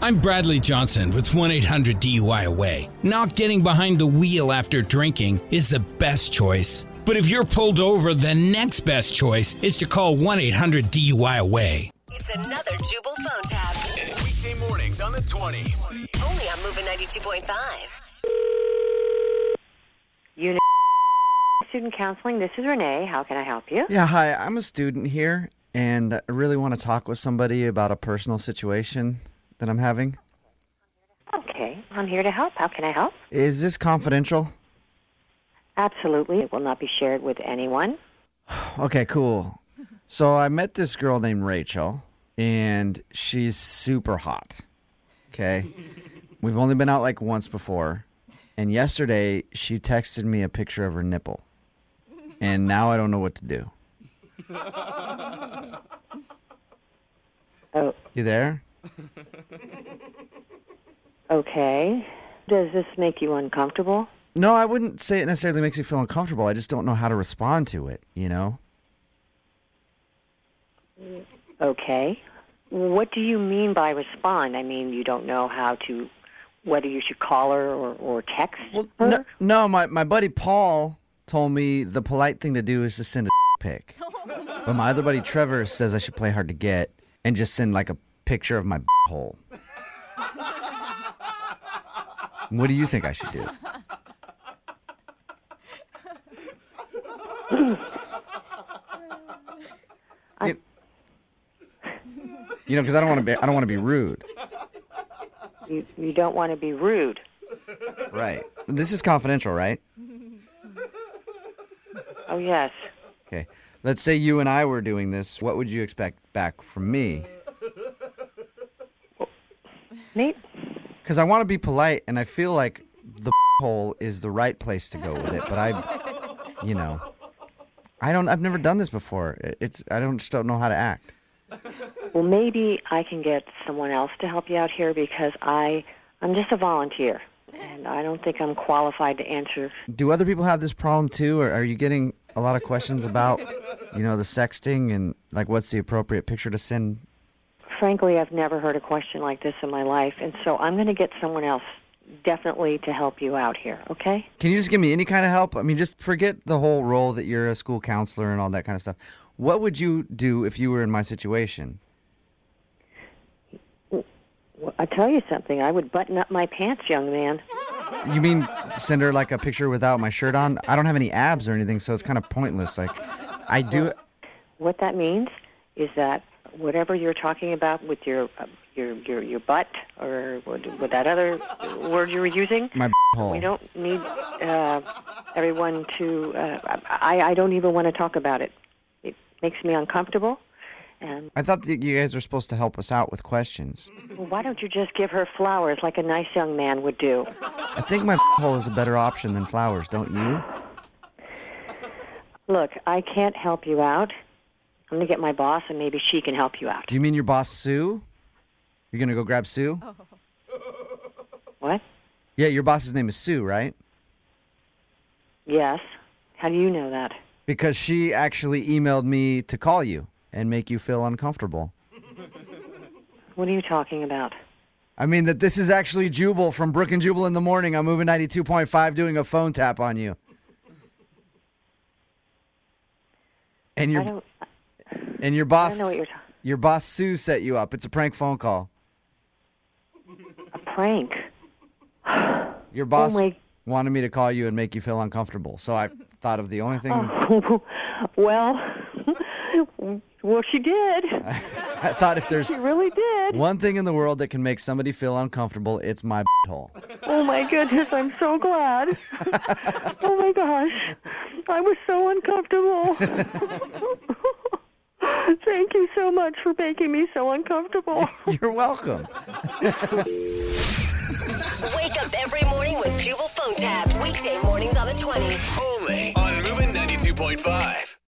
I'm Bradley Johnson with 1 800 DUI Away. Not getting behind the wheel after drinking is the best choice. But if you're pulled over, the next best choice is to call 1 800 DUI Away. It's another Jubal phone tab. Weekday mornings on the 20s. Only on Moving 92.5. Unit Student Counseling. This is Renee. How can I help you? Yeah, hi. I'm a student here, and I really want to talk with somebody about a personal situation that I'm having. Okay, I'm here to help. How can I help? Is this confidential? Absolutely. It will not be shared with anyone. Okay, cool. So I met this girl named Rachel, and she's super hot. Okay. We've only been out like once before, and yesterday she texted me a picture of her nipple, and now I don't know what to do. Oh, You there? okay. Does this make you uncomfortable? No, I wouldn't say it necessarily makes me feel uncomfortable. I just don't know how to respond to it, you know? Okay. What do you mean by respond? I mean, you don't know how to, whether you should call her or, or text her? No, no my, my buddy Paul told me the polite thing to do is to send a pic. But my other buddy Trevor says I should play hard to get and just send like a picture of my hole. What do you think I should do? You- you know, because I don't want to be I don't want to be rude. You, you don't want to be rude. Right. This is confidential, right? Oh, yes. Okay. Let's say you and I were doing this. What would you expect back from me? Maybe, Because I want to be polite, and I feel like the hole is the right place to go with it. But I, you know, I don't. I've never done this before. I- It's I don't just don't know how to act. well, maybe I can get someone else to help you out here because I, I'm just a volunteer. And I don't think I'm qualified to answer Do other people have this problem too, or are you getting a lot of questions about, you know, the sexting and like what's the appropriate picture to send? Frankly, I've never heard a question like this in my life, and so I'm going to get someone else definitely to help you out here, okay? Can you just give me any kind of help? I mean, just forget the whole role that you're a school counselor and all that kind of stuff. What would you do if you were in my situation? Well, I tell you something, I would button up my pants, young man. You mean send her like a picture without my shirt on? I don't have any abs or anything, so it's kind of pointless. Like, I do. What that means is that whatever you're talking about with your uh, your your, your butt or with with that other word you were using, My hole. we don't need uh, everyone to. Uh, I I don't even want to talk about it. It makes me uncomfortable, and I thought that you guys were supposed to help us out with questions. Well, why don't you just give her flowers like a nice young man would do? I think my hole is a better option than flowers, don't you? Look, I can't help you out. I'm going to get my boss, and maybe she can help you out. Do you mean your boss Sue? You're gonna go grab Sue? What? Yeah, your boss's name is Sue, right? Yes. How do you know that? Because she actually emailed me to call you and make you feel uncomfortable. What are you talking about? I mean that this is actually Jubal from Brook and Jubal in the morning. I'm moving 92.5, doing a phone tap on you. And I your don't. and your boss know what you're ta- your boss Sue set you up. It's a prank phone call. A prank. Your boss Oh my- wanted me to call you and make you feel uncomfortable. So I thought of the only thing Oh. well, well, she did. I thought if there's She really did. one thing in the world that can make somebody feel uncomfortable, it's my hole. Oh my goodness, I'm so glad. oh my gosh, I was so uncomfortable. Thank you so much for making me so uncomfortable. You're welcome. Wake up every morning with Jubal phone tabs. Weekday mornings on the 20s. Only on Moving 92.5.